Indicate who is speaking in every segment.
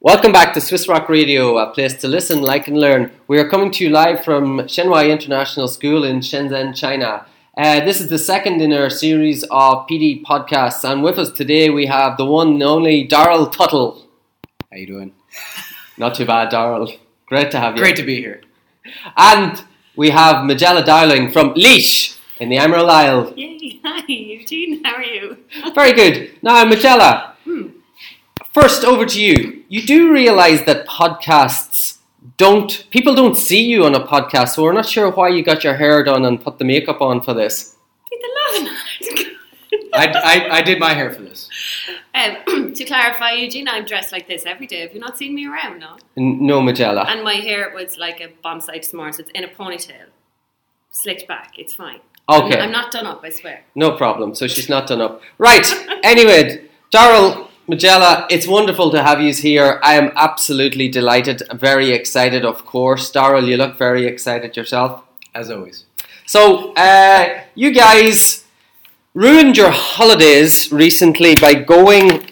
Speaker 1: Welcome back to Swiss Rock Radio, a place to listen, like, and learn. We are coming to you live from Shenhua International School in Shenzhen, China. Uh, this is the second in our series of PD podcasts, and with us today we have the one and only Daryl Tuttle.
Speaker 2: How you doing?
Speaker 1: Not too bad, Daryl. Great to have you.
Speaker 2: Great to be here.
Speaker 1: And we have Magella Dowling from Leash in the Emerald Isle.
Speaker 3: Yay, hi, Eugene, how are you?
Speaker 1: Very good. Now, Magella,
Speaker 3: Hmm.
Speaker 1: first over to you. You do realize that podcasts don't, people don't see you on a podcast, so we're not sure why you got your hair done and put the makeup on for this.
Speaker 3: Did the
Speaker 2: I, I, I did my hair for this.
Speaker 3: love um, To clarify, Eugene, I'm dressed like this every day. Have you not seen me around, no?
Speaker 1: N- No, Magella.
Speaker 3: And my hair was like a bomb site tomorrow, so it's in a ponytail. Slicked back, it's fine.
Speaker 1: Okay,
Speaker 3: I'm not done up, I swear.
Speaker 1: no problem. So she's not done up. Right, anyway, Daryl. Magella, it's wonderful to have you here. I am absolutely delighted, very excited, of course. Daryl, you look very excited yourself.
Speaker 2: As always.
Speaker 1: So, uh, you guys ruined your holidays recently by going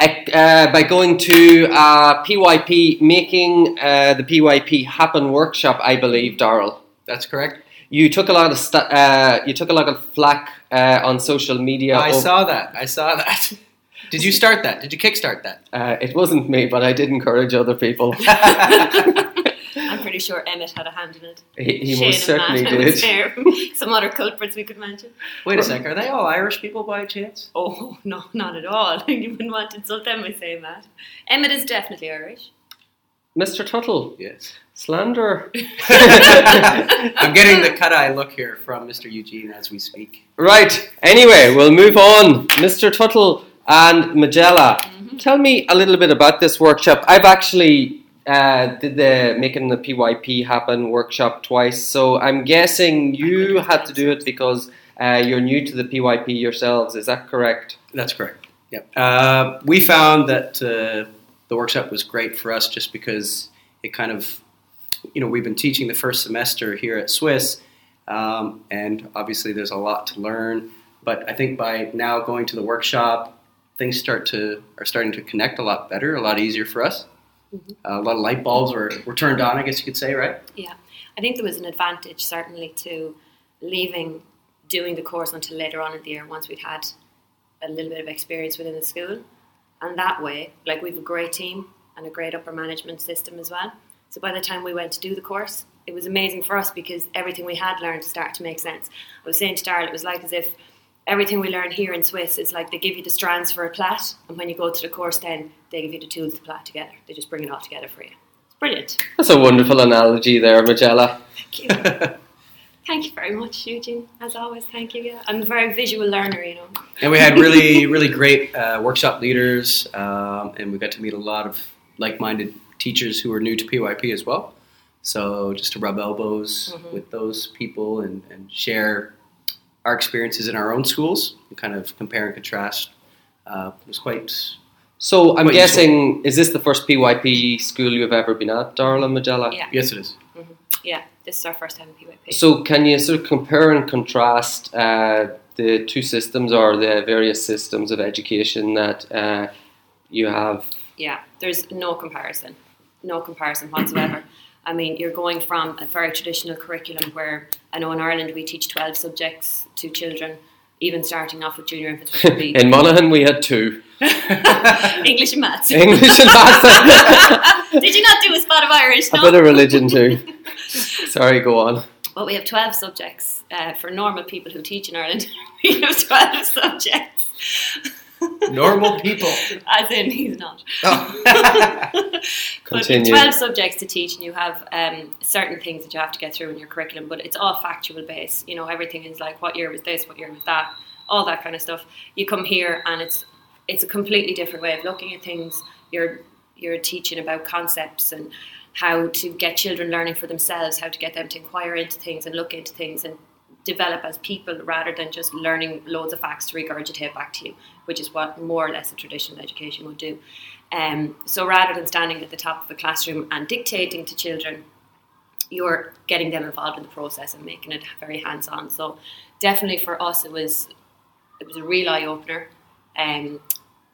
Speaker 1: uh, by going to uh, PYP, making uh, the PYP happen workshop. I believe, Daryl,
Speaker 2: That's correct.
Speaker 1: you took a lot of sta uh, you took a lot of flack uh, on social media.
Speaker 2: Oh, I
Speaker 1: over-
Speaker 2: saw that. I saw that. Did you start that? Did you kickstart that?
Speaker 1: uh, it wasn't me, but I did encourage other people.
Speaker 3: I'm pretty sure Emmett had a hand in it.
Speaker 1: he he
Speaker 3: Shane
Speaker 1: most certainly
Speaker 3: and Matt was
Speaker 1: did.
Speaker 3: there. Some other culprits we could mention.
Speaker 2: Wait a sec. Are they all Irish people by chance?
Speaker 3: Oh, no, not at all. you wouldn't want to insult them by saying that. Emmett is definitely Irish.
Speaker 1: Mr. Tuttle,
Speaker 2: Yes.
Speaker 1: slander.
Speaker 2: I'm getting the cut eye look here from Mr. Eugene as we speak.
Speaker 1: Right. Anyway, we'll move on. Mr. Tuttle and Magella, tell me a little bit about this workshop. I've actually uh, did the making the PYP happen workshop twice, so I'm guessing you
Speaker 3: couldn't
Speaker 1: had to do it because uh, you're new to the PYP yourselves. Is that correct?
Speaker 2: That's correct. Yep. Uh, we found that uh, the workshop was great for us just because it kind of, you know, we've been teaching the first semester here at Swiss, um, and obviously there's a lot to learn. But I think by now going to the workshop, things start to are starting to connect a lot better, a lot easier for us. Uh,
Speaker 3: Mhm.
Speaker 2: a lot of light bulbs were, were turned on, I guess you could say, right?
Speaker 3: I think there was an advantage certainly to leaving doing the course until later on in the year once we'd had a little bit of experience within the school. And that way, like we've a great team and a great upper management system as well. So by the time we went to do the course, it was amazing for us because everything we had learned started to make sense. I was saying to Darrell, it was like as if everything we learn here in Swiss is like they give you the strands for a plait, and when you go to the course, then they give you the tools to plait together. They just bring it all together for you. It's brilliant.
Speaker 1: That's a wonderful analogy there, Magella.
Speaker 3: Thank you. Thank you very much, Eugene. As always, thank you. Yeah. I'm a very visual learner, you know.
Speaker 2: And we had really, really great uh, workshop leaders, um, and we got to meet a lot of like-minded teachers who were new to PYP as well. So just to rub elbows
Speaker 3: Mhm.
Speaker 2: with those people and, and share our experiences in our own schools and kind of compare and contrast uh, was quite.
Speaker 1: So I'm
Speaker 2: Quite useful.
Speaker 1: guessing, is this the first PYP school you've ever been at, Darla and Magella?
Speaker 3: Yeah.
Speaker 2: Yes, it is.
Speaker 3: Yeah, this is our first time in PYP.
Speaker 1: So, can you sort of compare and contrast uh, the two systems or the various systems of education that uh, you have?
Speaker 3: yeah, there's no comparison, no comparison whatsoever. I mean, you're going from a very traditional curriculum where I know in Ireland we teach 12 subjects to children, even starting off with junior infants, which would be
Speaker 1: In Monaghan, we had two
Speaker 3: English and maths.
Speaker 1: English and maths,
Speaker 3: Did you not do a spot of Irish?
Speaker 1: a
Speaker 3: No?
Speaker 1: bit of religion too. Sorry, go on.
Speaker 3: But we have 12 subjects uh, for normal people who teach in Ireland. we have 12 subjects.
Speaker 2: Normal people.
Speaker 3: As in, he's not.
Speaker 2: Oh.
Speaker 3: But
Speaker 1: Continue.
Speaker 3: 12 subjects to teach, and you have um, certain things that you have to get through in your curriculum, but it's all factual based. You know, everything is like what year was this, what year was that, all that kind of stuff. You come here, and it's it's a completely different way of looking at things. You're you're teaching about concepts and how to get children learning for themselves, how to get them to inquire into things and look into things and develop as people rather than just learning loads of facts to regurgitate back to you, which is what more or less a traditional education would do. Um, so rather than standing at the top of a classroom and dictating to children, you're getting them involved in the process and making it very hands on. So definitely for us, it was it was a real eye opener. Um,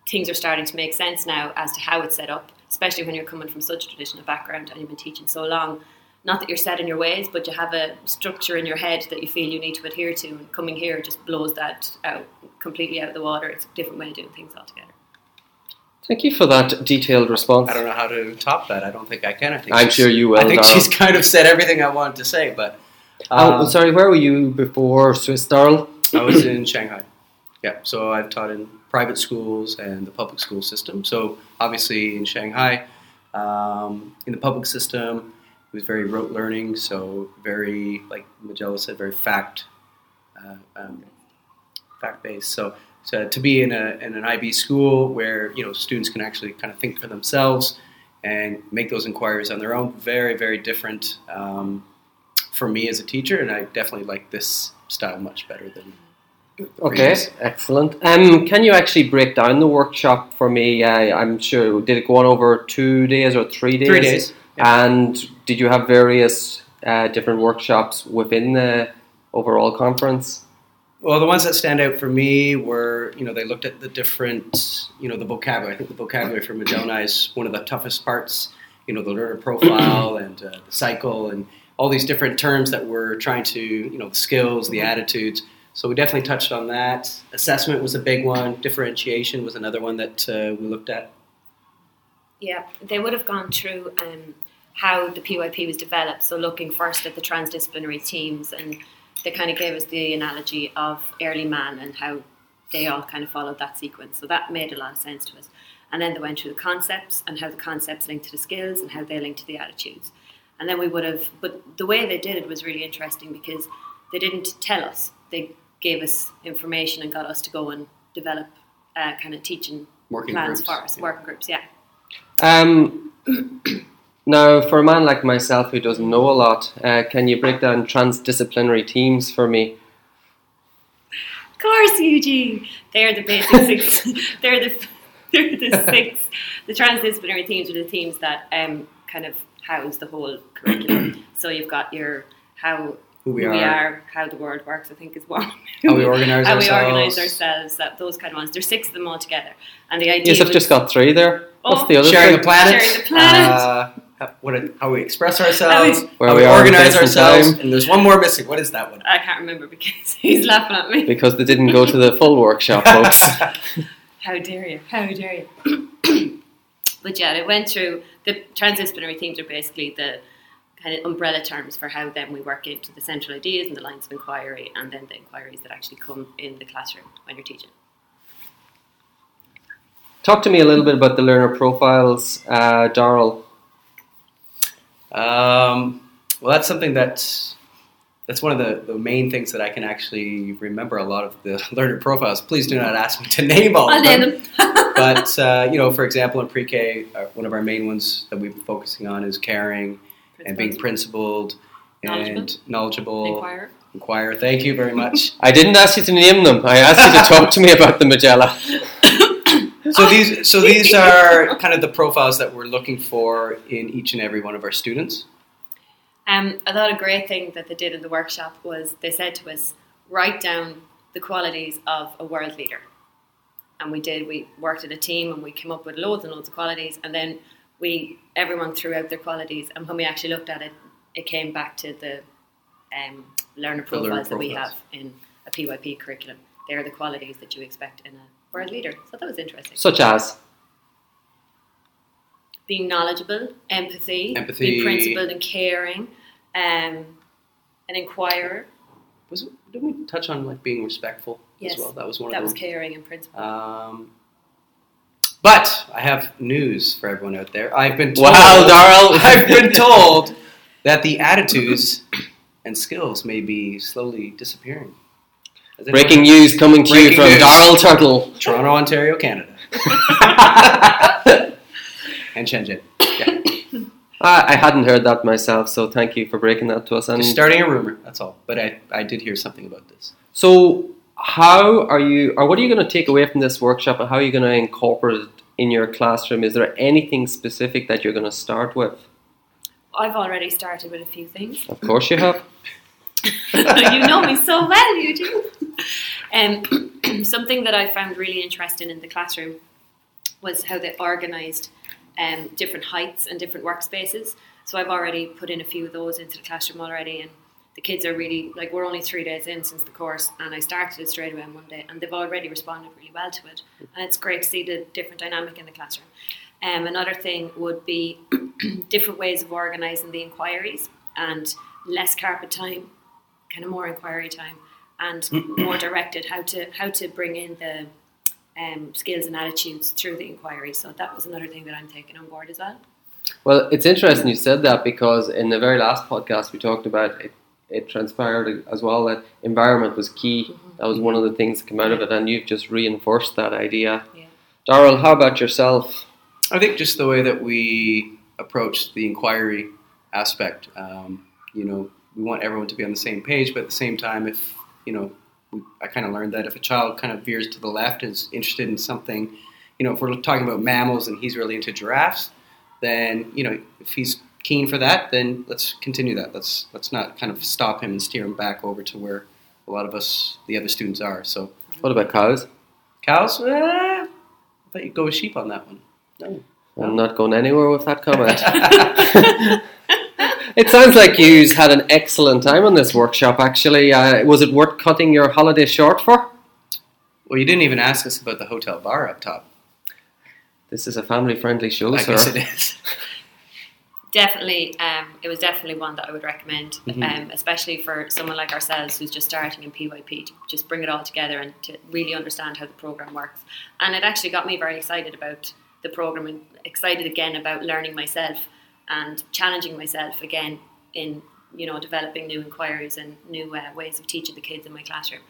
Speaker 3: things are starting to make sense now as to how it's set up. especially when you're coming from such a traditional background and you've been teaching so long. Not that you're set in your ways, but you have a structure in your head that you feel you need to adhere to, and coming here just blows that out completely out of the water. It's a different way of doing things altogether.
Speaker 1: Thank you for that detailed response.
Speaker 2: I don't know how to top that. I don't think I can. I think
Speaker 1: I'm
Speaker 2: she's-
Speaker 1: sure you will.
Speaker 2: I think
Speaker 1: Darrell.
Speaker 2: she's kind of said everything I wanted to say, but
Speaker 1: Oh,
Speaker 2: um,
Speaker 1: sorry, where were you before Swiss Darl?
Speaker 2: I was in Shanghai. Yeah, so I've taught in private schools and the public school system. So obviously in Shanghai, um, in the public system, it was very rote learning. So very, like Magella said, very fact, uh, um, fact based. So, so to be in a in an IB school where you know students can actually kind of think for themselves and make those inquiries on their own, very very different. Um, for me as a teacher, and I definitely like this style much better than
Speaker 1: Okay,
Speaker 2: Yes.
Speaker 1: excellent. Um, can you actually break down the workshop for me? I, I'm sure, did it go on over two days or three days?
Speaker 2: three days.
Speaker 1: And did you have various uh, different workshops within the overall conference?
Speaker 2: Well, the ones that stand out for me were, you know, they looked at the different, you know, the vocabulary. I think the vocabulary for Madonna is one of the toughest parts. You know, the learner profile and uh, the cycle and all these different terms that we're trying to, you know, the skills, the attitudes. So we definitely touched on that. Assessment was a big one. Differentiation was another one that uh, we looked at.
Speaker 3: Yeah, they would have gone through um, how the PYP was developed. So looking first at the transdisciplinary teams, and they kind of gave us the analogy of early man and how they all kind of followed that sequence. So that made a lot of sense to us. And then they went through the concepts and how the concepts link to the skills and how they link to the attitudes. And then we would have, but the way they did it was really interesting because they didn't tell us. They gave us information and got us to go and develop uh, kind of teaching
Speaker 2: Working
Speaker 3: plans
Speaker 2: groups,
Speaker 3: for us,
Speaker 2: yeah.
Speaker 3: working groups, yeah.
Speaker 1: Um, now, for a man like myself who doesn't know a lot, uh, can you break down transdisciplinary teams for me?
Speaker 3: Of course, Eugene. They're the basic six. they're the they're the six. The transdisciplinary teams are the teams that um, kind of house the whole curriculum. so you've got your how
Speaker 2: Who we
Speaker 3: who
Speaker 2: are,
Speaker 3: we are, how the world works. I think is one.
Speaker 2: how we organize
Speaker 3: how we
Speaker 2: ourselves.
Speaker 3: organize ourselves. That those kind of ones. There's six of them all together, and the idea
Speaker 1: Yes, I've
Speaker 3: was-
Speaker 1: just got three there. What's
Speaker 3: Oh,
Speaker 1: the other
Speaker 2: sharing
Speaker 1: thing?
Speaker 2: the planet,
Speaker 3: Sharing the planet.
Speaker 2: Uh, how, what it- how we express ourselves, how we,
Speaker 1: Where we are in
Speaker 2: uh,
Speaker 1: space
Speaker 2: organize
Speaker 1: and
Speaker 2: ourselves,
Speaker 1: time.
Speaker 2: and there's one more missing. What is that one?
Speaker 3: I can't remember because he's laughing at me.
Speaker 1: Because they didn't go to the full workshop, folks.
Speaker 3: How dare you? How dare you? but yeah, it went through the transdisciplinary themes are basically the kind of umbrella terms for how then we work into the central ideas and the lines of inquiry and then the inquiries that actually come in the classroom when you're teaching.
Speaker 1: Talk to me a little bit about the learner profiles, uh, Darrell.
Speaker 2: Um, well, that's something that's that's one of the, the main things that I can actually remember. A lot of the learner profiles. Please do not ask me to name all
Speaker 3: I'll
Speaker 2: of
Speaker 3: name
Speaker 2: them.
Speaker 3: them.
Speaker 2: Oh, but uh, you know, for example, in pre-K, uh, one of our main ones that we've been focusing on is caring and being principled and knowledgeable.
Speaker 3: Inquirer.
Speaker 2: Inquire. Thank you very much.
Speaker 1: I didn't ask you to name them. I asked you to talk to me about the Magella.
Speaker 2: So these, so these are kind of the profiles that we're looking for in each and every one of our students.
Speaker 3: Um, I thought a great thing that they did in the workshop was they said to us, write down the qualities of a world leader. And we did, we worked in a team and we came up with loads and loads of qualities. And then we, everyone threw out their qualities. And when we actually looked at it, it came back to the um, learner
Speaker 2: The learner
Speaker 3: profiles that we
Speaker 2: profiles.
Speaker 3: have in a PYP curriculum. They're the qualities that you expect in a world leader. So that was interesting.
Speaker 1: Such as,
Speaker 3: Being knowledgeable, empathy,
Speaker 2: Empathy.
Speaker 3: being principled and caring, um, an inquirer.
Speaker 2: Was it, didn't we touch on like being respectful
Speaker 3: Yes,
Speaker 2: as well? That was one
Speaker 3: That
Speaker 2: of
Speaker 3: was
Speaker 2: them.
Speaker 3: caring and principle.
Speaker 2: Um, but I have news for everyone out there. I've been told,
Speaker 1: wow, Darrell.
Speaker 2: I've been told that the attitudes and skills may be slowly disappearing. Has anyone-
Speaker 1: Breaking news coming to you
Speaker 2: Breaking
Speaker 1: from
Speaker 2: news.
Speaker 1: Darrell Turtle.
Speaker 2: Toronto, Ontario, Canada, and Shenzhen.
Speaker 1: I, I hadn't heard that myself, so thank you for breaking that to us. And
Speaker 2: Just starting a rumor. That's all. But I, I did hear something about this.
Speaker 1: so, how are you, or what are you going to take away from this workshop, and how are you going to incorporate it in your classroom? Is there anything specific that you're going to start with?
Speaker 3: I've already started with a few things.
Speaker 1: Of course, you have.
Speaker 3: you know me so well, you do. Um, something that I found really interesting in the classroom was how they organised um, different heights and different workspaces. So I've already put in a few of those into the classroom already, and the kids are really like we're only three days in since the course, and I started it straight away on Monday, and they've already responded really well to it, and it's great to see the different dynamic in the classroom. Um, another thing would be different ways of organising the inquiries and less carpet time, kind of more inquiry time, and more directed how to how to bring in the um, skills and attitudes through the inquiry. So that was another thing that I'm taking on board as well.
Speaker 1: Well, it's interesting you said that because in the very last podcast we talked about it, it transpired as well that environment was key. Mm-hmm. That was one of the things that came out of it, and you've just reinforced that idea. Yeah. Daryl, how about yourself?
Speaker 2: I think just the way that we approach the inquiry aspect, um, you know, we want everyone to be on the same page, but at the same time, if, you know, we, I kind of learned that if a child kind of veers to the left and is interested in something, you know, if we're talking about mammals and he's really into giraffes, then, you know, if he's keen for that, then let's continue that. Let's, let's not kind of stop him and steer him back over to where a lot of us, the other students are. So,
Speaker 1: what about cows?
Speaker 2: Cows? Eh, I thought you'd go with sheep on that one.
Speaker 1: No. I'm not going anywhere with that comment. it sounds like you've had an excellent time on this workshop, actually. Uh, was it worth cutting your holiday short for?
Speaker 2: Well, you didn't even ask us about the hotel bar up top.
Speaker 1: This is a family friendly show, I sir.
Speaker 2: Guess it is.
Speaker 3: Definitely, um, it was definitely one that I would recommend, mm-hmm. um, especially for someone like ourselves who's just starting in PYP, to just bring it all together and to really understand how the program works. And it actually got me very excited about the program and excited again about learning myself and challenging myself again in you know developing new inquiries and new uh, ways of teaching the kids in my classroom.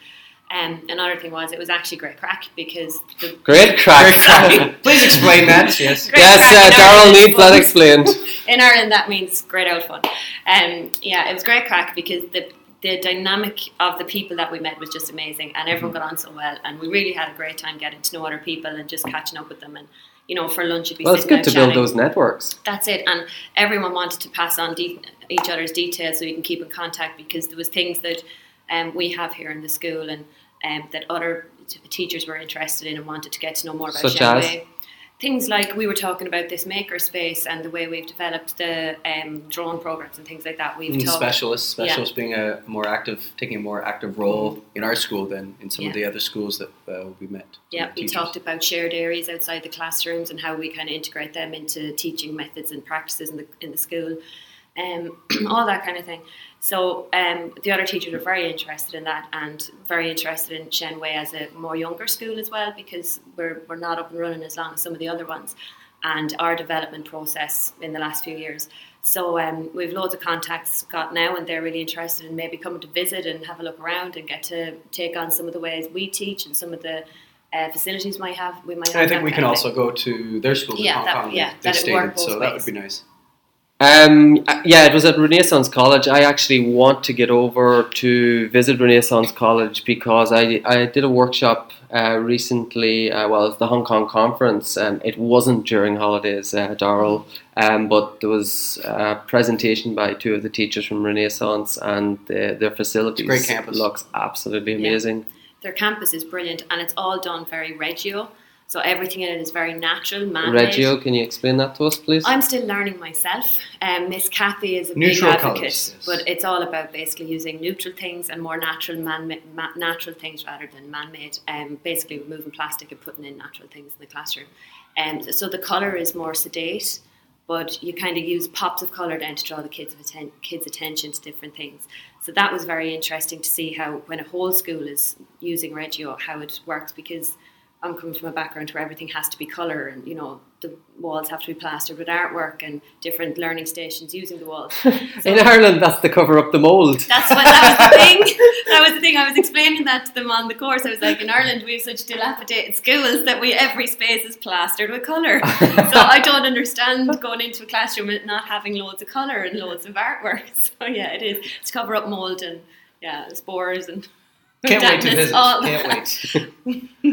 Speaker 3: Um, another thing was it was actually great crack because the
Speaker 1: great crack. Great
Speaker 2: crack. Please explain that. yes,
Speaker 3: great
Speaker 1: yes, uh, Daryl needs that explained.
Speaker 3: in Ireland, that means great old fun. Um, yeah, it was great crack because the the dynamic of the people that we met was just amazing, and everyone
Speaker 1: Mm-hmm.
Speaker 3: got on so well, and we really had a great time getting to know other people and just catching up with them and you know, for lunch you'd be
Speaker 1: well, it's good to
Speaker 3: chatting.
Speaker 1: build those networks.
Speaker 3: That's it, and everyone wanted to pass on de- each other's details so you can keep in contact because there was things that um, we have here in the school and um, that other t- teachers were interested in and wanted to get to know more about.
Speaker 1: Such Shenway.
Speaker 3: as things like we were talking about this makerspace and the way we've developed the um, drone programs and things like that. We've
Speaker 2: talked, specialists, specialists yeah. being a more active, taking a more active role in our school than in some yeah. of the other schools that uh, we met.
Speaker 3: Yeah, we talked about shared areas outside the classrooms and how we kind of integrate them into teaching methods and practices in the in the school. Um, all that kind of thing. So um, the other teachers were very interested in that and very interested in Shen Wei as a more younger school as well because we're, we're not up and running as long as some of the other ones and our development process in the last few years. So um, we've loads of contacts got now and they're really interested in maybe coming to visit and have a look around and get to take on some of the ways we teach and some of the uh, facilities might have we might. Have
Speaker 2: I think we can also go to their school
Speaker 3: yeah,
Speaker 2: in Hong
Speaker 3: that,
Speaker 2: Kong.
Speaker 3: Yeah,
Speaker 2: they
Speaker 3: that it
Speaker 2: stated,
Speaker 3: worked
Speaker 2: so
Speaker 3: both
Speaker 2: that
Speaker 3: ways.
Speaker 2: would be nice.
Speaker 1: Um, yeah, it was at Renaissance College. I actually want to get over to visit Renaissance College because I, I did a workshop uh, recently. Uh, well, it's the Hong Kong conference. Um, it wasn't during holidays, uh, Daryl, um, but there was a presentation by two of the teachers from Renaissance, and the, their facilities
Speaker 2: great campus.
Speaker 1: looks absolutely amazing.
Speaker 3: Yeah. Their campus is brilliant, and it's all done very regio. So everything in it is very natural, man
Speaker 1: Reggio, can you explain that to us, please?
Speaker 3: Uh, I'm still learning myself. Um, Miss Kathy is a
Speaker 2: Neutral
Speaker 3: big advocate,
Speaker 2: colours, yes.
Speaker 3: but it's all about basically using neutral things and more natural man ma- natural things rather than man-made. Um, basically removing plastic and putting in natural things in the classroom. Um, so the colour is more sedate, but you kind of use pops of colour then to draw the kids' atten- kids' attention to different things. So that was very interesting to see how when a whole school is using Reggio, how it works because. I'm coming from a background where everything has to be colour and you know the walls have to be plastered with artwork and different learning stations using the walls. So
Speaker 1: in Ireland, that's to cover up the mould.
Speaker 3: That's what that was the thing. That was the thing. I was explaining that to them on the course. I was like, in Ireland, we have such dilapidated schools that we every space is plastered with colour. so I don't understand going into a classroom and not having loads of colour and loads of artwork. So yeah, it is. It's cover up mould and yeah, spores and.
Speaker 2: Can't wait to
Speaker 3: dampness,
Speaker 2: visit.
Speaker 3: all
Speaker 2: Can't wait.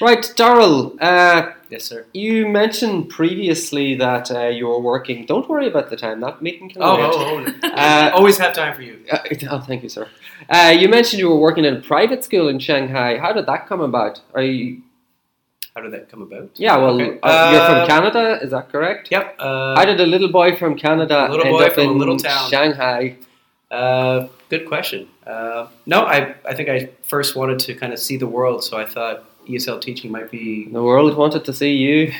Speaker 1: Right, Daryl, uh,
Speaker 2: yes, sir.
Speaker 1: you mentioned previously that uh, you were working. Don't worry about the time, that meeting can
Speaker 2: Oh,
Speaker 1: wait.
Speaker 2: oh, oh.
Speaker 1: Uh,
Speaker 2: always have time for you.
Speaker 1: Uh, oh, thank you, sir. Uh, you mentioned you were working in a private school in Shanghai. How did that come about? Are you,
Speaker 2: How did that come about?
Speaker 1: Yeah, well,
Speaker 2: Okay.
Speaker 1: uh, you're
Speaker 2: Uh,
Speaker 1: from Canada, is that correct?
Speaker 2: Yep. Uh,
Speaker 1: How did a little boy from Canada
Speaker 2: Little
Speaker 1: end
Speaker 2: boy
Speaker 1: up
Speaker 2: from a
Speaker 1: in
Speaker 2: little town.
Speaker 1: Shanghai?
Speaker 2: Uh, good question. Uh, no, I, I think I first wanted to kind of see the world, so I thought ESL teaching might be.
Speaker 1: The world wanted to see you.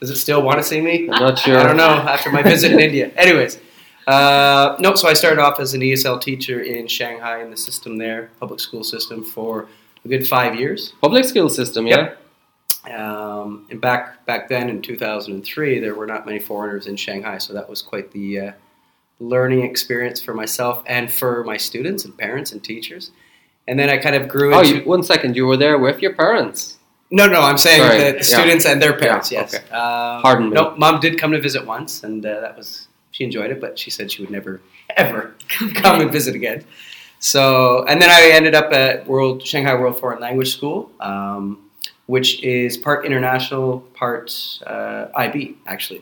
Speaker 2: Does it still want to see me?
Speaker 1: I'm not sure.
Speaker 2: I don't know. After my visit in India, anyways. Uh, no, so I started off as an ESL teacher in Shanghai in the system there, public school system, for a good five years.
Speaker 1: Public school system, yeah.
Speaker 2: Yep. Um, and back back then in 2003, there were not many foreigners in Shanghai, so that was quite the uh, learning experience for myself and for my students and parents and teachers. And then I kind of grew
Speaker 1: Oh,
Speaker 2: into
Speaker 1: you, one second. You were there with your parents.
Speaker 2: no, no, I'm saying
Speaker 1: Sorry,
Speaker 2: the
Speaker 1: yeah.
Speaker 2: students and their parents.
Speaker 1: Yeah,
Speaker 2: yes.
Speaker 1: okay.
Speaker 2: Um,
Speaker 1: Pardon me.
Speaker 2: No, mom did come to visit once, and uh, that was she enjoyed it, but she said she would never ever come and visit again. So, and then I ended up at World Shanghai World Foreign Language School, um, which is part international, part uh, IB actually.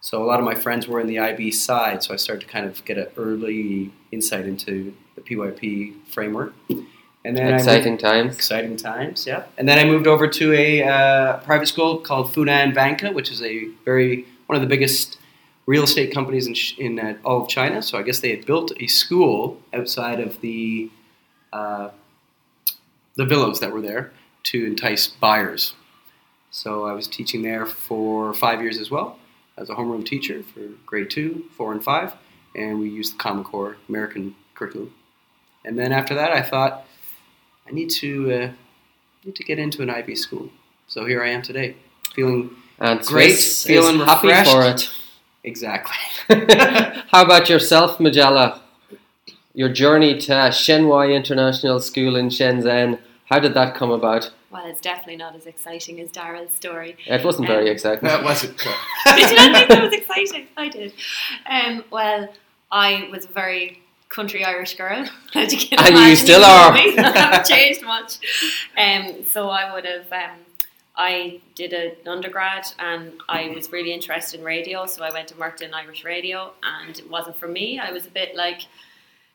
Speaker 2: So a lot of my friends were in the IB side, so I started to kind of get an early insight into the PYP framework. And then I moved-
Speaker 1: Exciting times.
Speaker 2: Exciting times, yeah. And then I moved over to a uh, private school called Funan Banka, which is a very one of the biggest real estate companies in, Ch- in uh, all of China. So I guess they had built a school outside of the uh, the villas that were there to entice buyers. So I was teaching there for five years as well as a homeroom teacher for grade two, four, and five, and we used the Common Core American curriculum. And then after that, I thought. I need to uh, need to get into an IB school. So here I am today, feeling
Speaker 1: And
Speaker 2: Great,
Speaker 1: Swiss
Speaker 2: feeling
Speaker 1: is happy
Speaker 2: refreshed.
Speaker 1: for it.
Speaker 2: exactly.
Speaker 1: How about yourself, Magella? Your journey to Shenhua International School in Shenzhen. How did that come about?
Speaker 3: Well, it's definitely not as exciting as Daryl's story.
Speaker 1: It wasn't very
Speaker 3: Um,
Speaker 1: exciting.
Speaker 2: that wasn't. so.
Speaker 3: did you not think that was exciting? I did. Um, well, I was a very country Irish girl. As you can
Speaker 1: And you
Speaker 3: imagine,
Speaker 1: still
Speaker 3: know
Speaker 1: are.
Speaker 3: me. I haven't changed much. Um, so I would have. Um, I did an undergrad and I was really interested in radio, so I went and worked in Irish radio, and it wasn't for me. I was a bit like,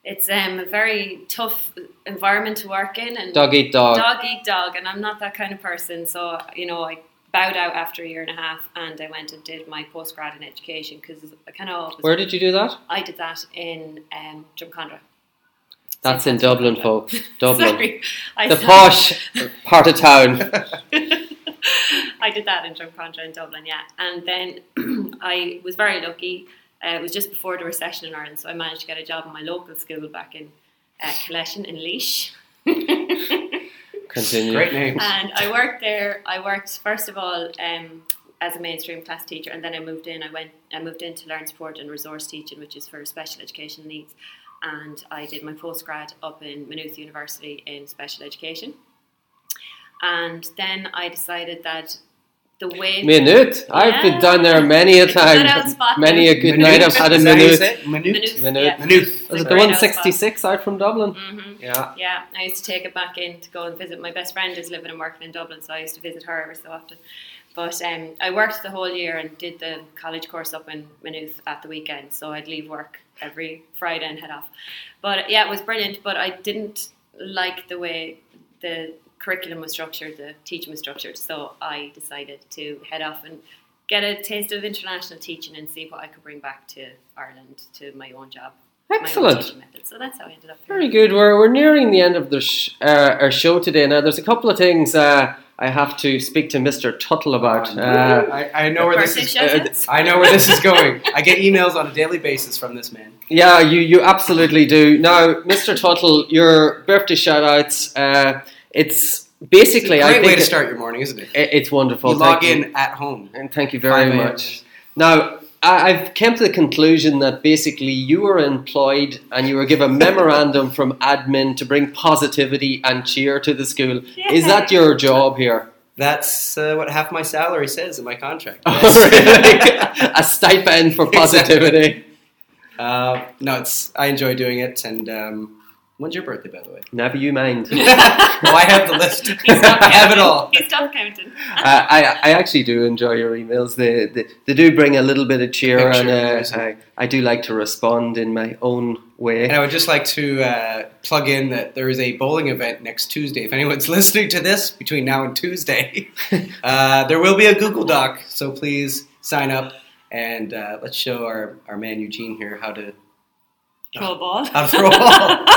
Speaker 3: it's um, a very tough environment to work in, and
Speaker 1: Dog eat dog.
Speaker 3: dog eat dog and i'm not that kind of person so you know i bowed out after a year and a half and i went and did my postgrad in education because i kind of always,
Speaker 1: Where did you do that?
Speaker 3: i did that in um drumcondra
Speaker 1: That's in Dublin, folks. Dublin.
Speaker 3: Sorry, I
Speaker 1: The
Speaker 3: said-
Speaker 1: posh part of town.
Speaker 3: I did that in Drumcondra in Dublin, yeah. And then I was very lucky. Uh, it was just before the recession in Ireland, so I managed to get a job in my local school back in uh, Collection in Leash.
Speaker 1: Continue.
Speaker 2: Great name.
Speaker 3: and I worked there. I worked first of all um, as a mainstream class teacher, and then I moved in. I went. I moved into learn support and resource teaching, which is for special education needs. And I did my postgrad up in Maynooth University in special education. And then I decided that the way
Speaker 1: Minute. I've been
Speaker 3: Yeah.
Speaker 1: down there many a
Speaker 3: It's a good
Speaker 1: time.
Speaker 3: old spot.
Speaker 1: Many a good night I've had a
Speaker 2: Is that how you
Speaker 1: minute.
Speaker 2: say it? Minute.
Speaker 3: Maynooth,
Speaker 1: Maynooth.
Speaker 3: yeah.
Speaker 2: Maynooth.
Speaker 1: Was
Speaker 3: It's
Speaker 1: it
Speaker 3: a
Speaker 1: the
Speaker 3: great old
Speaker 1: one sixty six out from Dublin?
Speaker 3: Mhm.
Speaker 2: Yeah.
Speaker 3: Yeah, I used to take it back in to go and visit my best friend is living and working in Dublin, so I used to visit her every so often. But um, I worked the whole year and did the college course up in Maynooth at the weekend, so I'd leave work every Friday and head off. But yeah, it was brilliant. But I didn't like the way the curriculum was structured, the teaching was structured, so I decided to head off and get a taste of international teaching and see what I could bring back to Ireland to my own job. My own
Speaker 1: Excellent.
Speaker 3: teaching method. So that's how I ended up here.
Speaker 1: Very good. We're, we're nearing the end of the sh- uh, our show today. Now, there's a couple of things uh, I have to speak to Mr. Tuttle about. Uh,
Speaker 2: I, I know where this
Speaker 3: Birthday
Speaker 2: is.
Speaker 3: shout-outs?
Speaker 2: I know where this is going. I get emails on a daily basis from this man.
Speaker 1: yeah, you, you absolutely do. Now, Mr. Tuttle, your birthday shout outs, uh, it's
Speaker 2: It's a
Speaker 1: basically. I
Speaker 2: great
Speaker 1: think
Speaker 2: way to
Speaker 1: it-
Speaker 2: start your morning, isn't it?
Speaker 1: it- it's wonderful.
Speaker 2: You
Speaker 1: Thank
Speaker 2: log
Speaker 1: you.
Speaker 2: in at home.
Speaker 1: And thank you very
Speaker 2: 5 a.m.
Speaker 1: much. Now, I- I've come to the conclusion that basically you were employed and you were given a memorandum from admin to bring positivity and cheer to the school. Is that your job here?
Speaker 2: That's uh, what half my salary says in my contract.
Speaker 1: Oh, Really? a stipend for positivity.
Speaker 2: Uh, no, it's I enjoy doing it, and um, When's your birthday, by the way?
Speaker 1: Never you mind. uh,
Speaker 2: oh, I have the list.
Speaker 3: He's not
Speaker 2: I have it all.
Speaker 3: He's not counting.
Speaker 1: I, I actually do enjoy your emails. They, they, they do bring a little bit of cheer, and
Speaker 2: Pictures.
Speaker 1: uh, I, I do like to respond in my own way.
Speaker 2: And I would just like to uh, plug in that there is a bowling event next Tuesday. If anyone's listening to this between now and Tuesday, uh, there will be a Google Doc. So please sign up and uh, let's show our, our man Eugene here how to
Speaker 3: Throw a ball.
Speaker 2: how to throw a ball.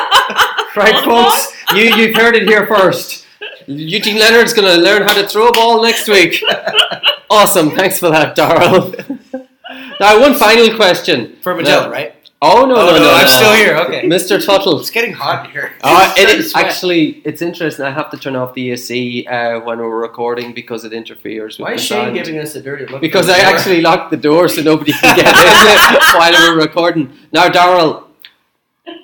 Speaker 1: Right, folks, you, you've heard it here first. Eugene Leonard's going to learn how to throw a ball next week. Awesome. Thanks for that, Darrell. now, one final question.
Speaker 2: For Adele,
Speaker 1: No.
Speaker 2: right?
Speaker 1: Oh, no,
Speaker 2: Oh,
Speaker 1: no, no,
Speaker 2: no, I'm
Speaker 1: no.
Speaker 2: still here. Okay.
Speaker 1: Mr. Tuttle.
Speaker 2: It's getting hot in here.
Speaker 1: Uh, it
Speaker 2: Starting to
Speaker 1: is
Speaker 2: sweat.
Speaker 1: actually. It's interesting. I have to turn off the AC uh, when we're recording because it interferes with
Speaker 2: Why
Speaker 1: the
Speaker 2: is Shane
Speaker 1: sound.
Speaker 2: giving us a dirty look?
Speaker 1: because
Speaker 2: from
Speaker 1: I
Speaker 2: the door?
Speaker 1: actually locked the door so nobody can get in while we're recording. Now, Darrell,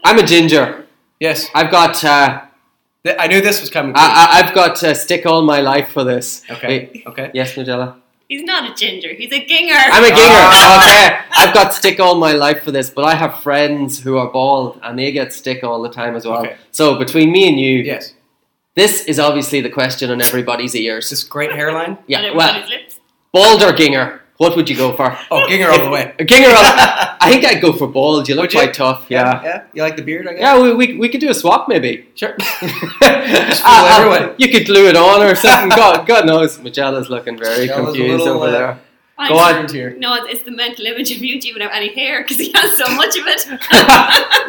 Speaker 1: I'm a ginger.
Speaker 2: yes,
Speaker 1: I've got. Uh,
Speaker 2: Th- I knew this was coming.
Speaker 1: I, I, I've got to stick all my life for this.
Speaker 2: okay,
Speaker 1: Uh,
Speaker 2: okay.
Speaker 1: Yes, Nadella.
Speaker 3: He's not a ginger. He's a ginger.
Speaker 1: I'm a ginger.
Speaker 2: Ah.
Speaker 1: Okay, I've got to stick all my life for this, but I have friends who are bald and they get stick all the time as well.
Speaker 2: Okay.
Speaker 1: So between me and you,
Speaker 2: Yes,
Speaker 1: this is obviously the question on everybody's
Speaker 2: is
Speaker 1: ears.
Speaker 2: this great hairline?
Speaker 1: Yeah.
Speaker 3: And
Speaker 1: Well,
Speaker 3: everybody's lips.
Speaker 1: bald or ginger? What would you go for?
Speaker 2: Oh, ginger all the way.
Speaker 1: A ginger. I'll- I think I'd go for bald. You look
Speaker 2: Would you?
Speaker 1: quite tough. Yeah.
Speaker 2: yeah. You like the beard? I guess.
Speaker 1: Yeah, we, we, we could do a swap maybe.
Speaker 2: Sure.
Speaker 1: Ah, ah,
Speaker 2: everyone.
Speaker 1: you could glue it on or something. God, God knows, Magella's looking very
Speaker 2: Magella's a
Speaker 1: confused
Speaker 2: little,
Speaker 1: over
Speaker 2: uh,
Speaker 1: there.
Speaker 3: Fine.
Speaker 1: Go on.
Speaker 2: here.
Speaker 3: No, it's- it's the mental image of Eugene without any hair because he has so much of it.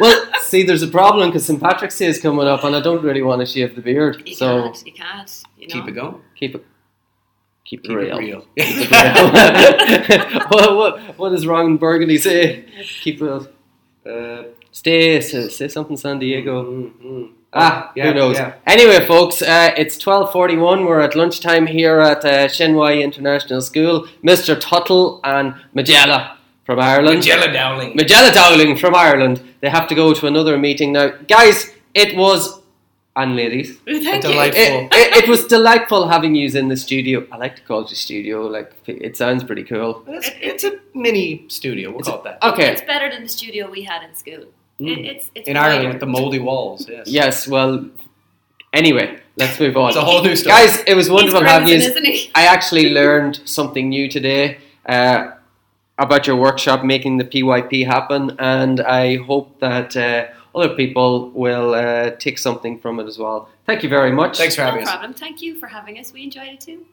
Speaker 1: well, see, there's a problem because St. Patrick's Day is coming up, and I don't really want to shave the beard.
Speaker 3: you
Speaker 1: so
Speaker 3: can't. You can't. You know.
Speaker 2: Keep it going.
Speaker 1: keep it, keep,
Speaker 2: Keep
Speaker 1: it real.
Speaker 2: it real.
Speaker 1: Keep it real. what, what, what does Ron Burgundy say? Keep it.
Speaker 2: uh,
Speaker 1: Stay, say, say something, San Diego.
Speaker 2: mm, mm.
Speaker 1: Ah,
Speaker 2: Yeah,
Speaker 1: who knows?
Speaker 2: yeah.
Speaker 1: Anyway, folks, uh, it's 12.41. We're at lunchtime here at uh, Shenwai International School. Mr. Tuttle and Magella from Ireland.
Speaker 2: Magella Dowling.
Speaker 1: Magella Dowling from Ireland. They have to go to another meeting now. Guys, it was, and ladies,
Speaker 3: Thank
Speaker 2: A
Speaker 3: you.
Speaker 2: delight-
Speaker 1: it, it, it was delightful having you in the studio. I like to call it a studio, like, it sounds pretty cool.
Speaker 2: It's, it's a mini studio. We'll call it that.
Speaker 1: Okay,
Speaker 3: It's better than the studio we had in school. It,
Speaker 1: Mm.
Speaker 3: it's, it's
Speaker 2: In
Speaker 3: wider.
Speaker 2: Ireland with the moldy walls. Yes.
Speaker 1: yes, well, anyway, let's move on.
Speaker 2: It's a whole new story.
Speaker 1: Guys, it was
Speaker 3: He's
Speaker 1: wonderful having
Speaker 3: grimacing,
Speaker 1: you.
Speaker 3: isn't he?
Speaker 1: I actually learned something new today uh, about your workshop, making the PYP happen, and I hope that uh, other people will uh, take something from it as well. Thank you very much.
Speaker 2: Thanks for
Speaker 3: No
Speaker 2: having us.
Speaker 3: problem. Thank you for having us. We enjoyed it too.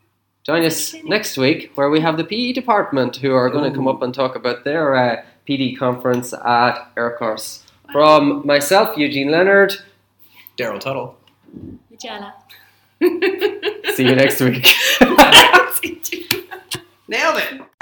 Speaker 1: Join us next week where we have the PE department who are going to come
Speaker 2: Ooh.
Speaker 1: up and talk about their uh, PD conference at Air Course. From myself, Eugene Leonard.
Speaker 2: Daryl Tuttle.
Speaker 3: Magella.
Speaker 1: See you next week.
Speaker 2: Nailed it.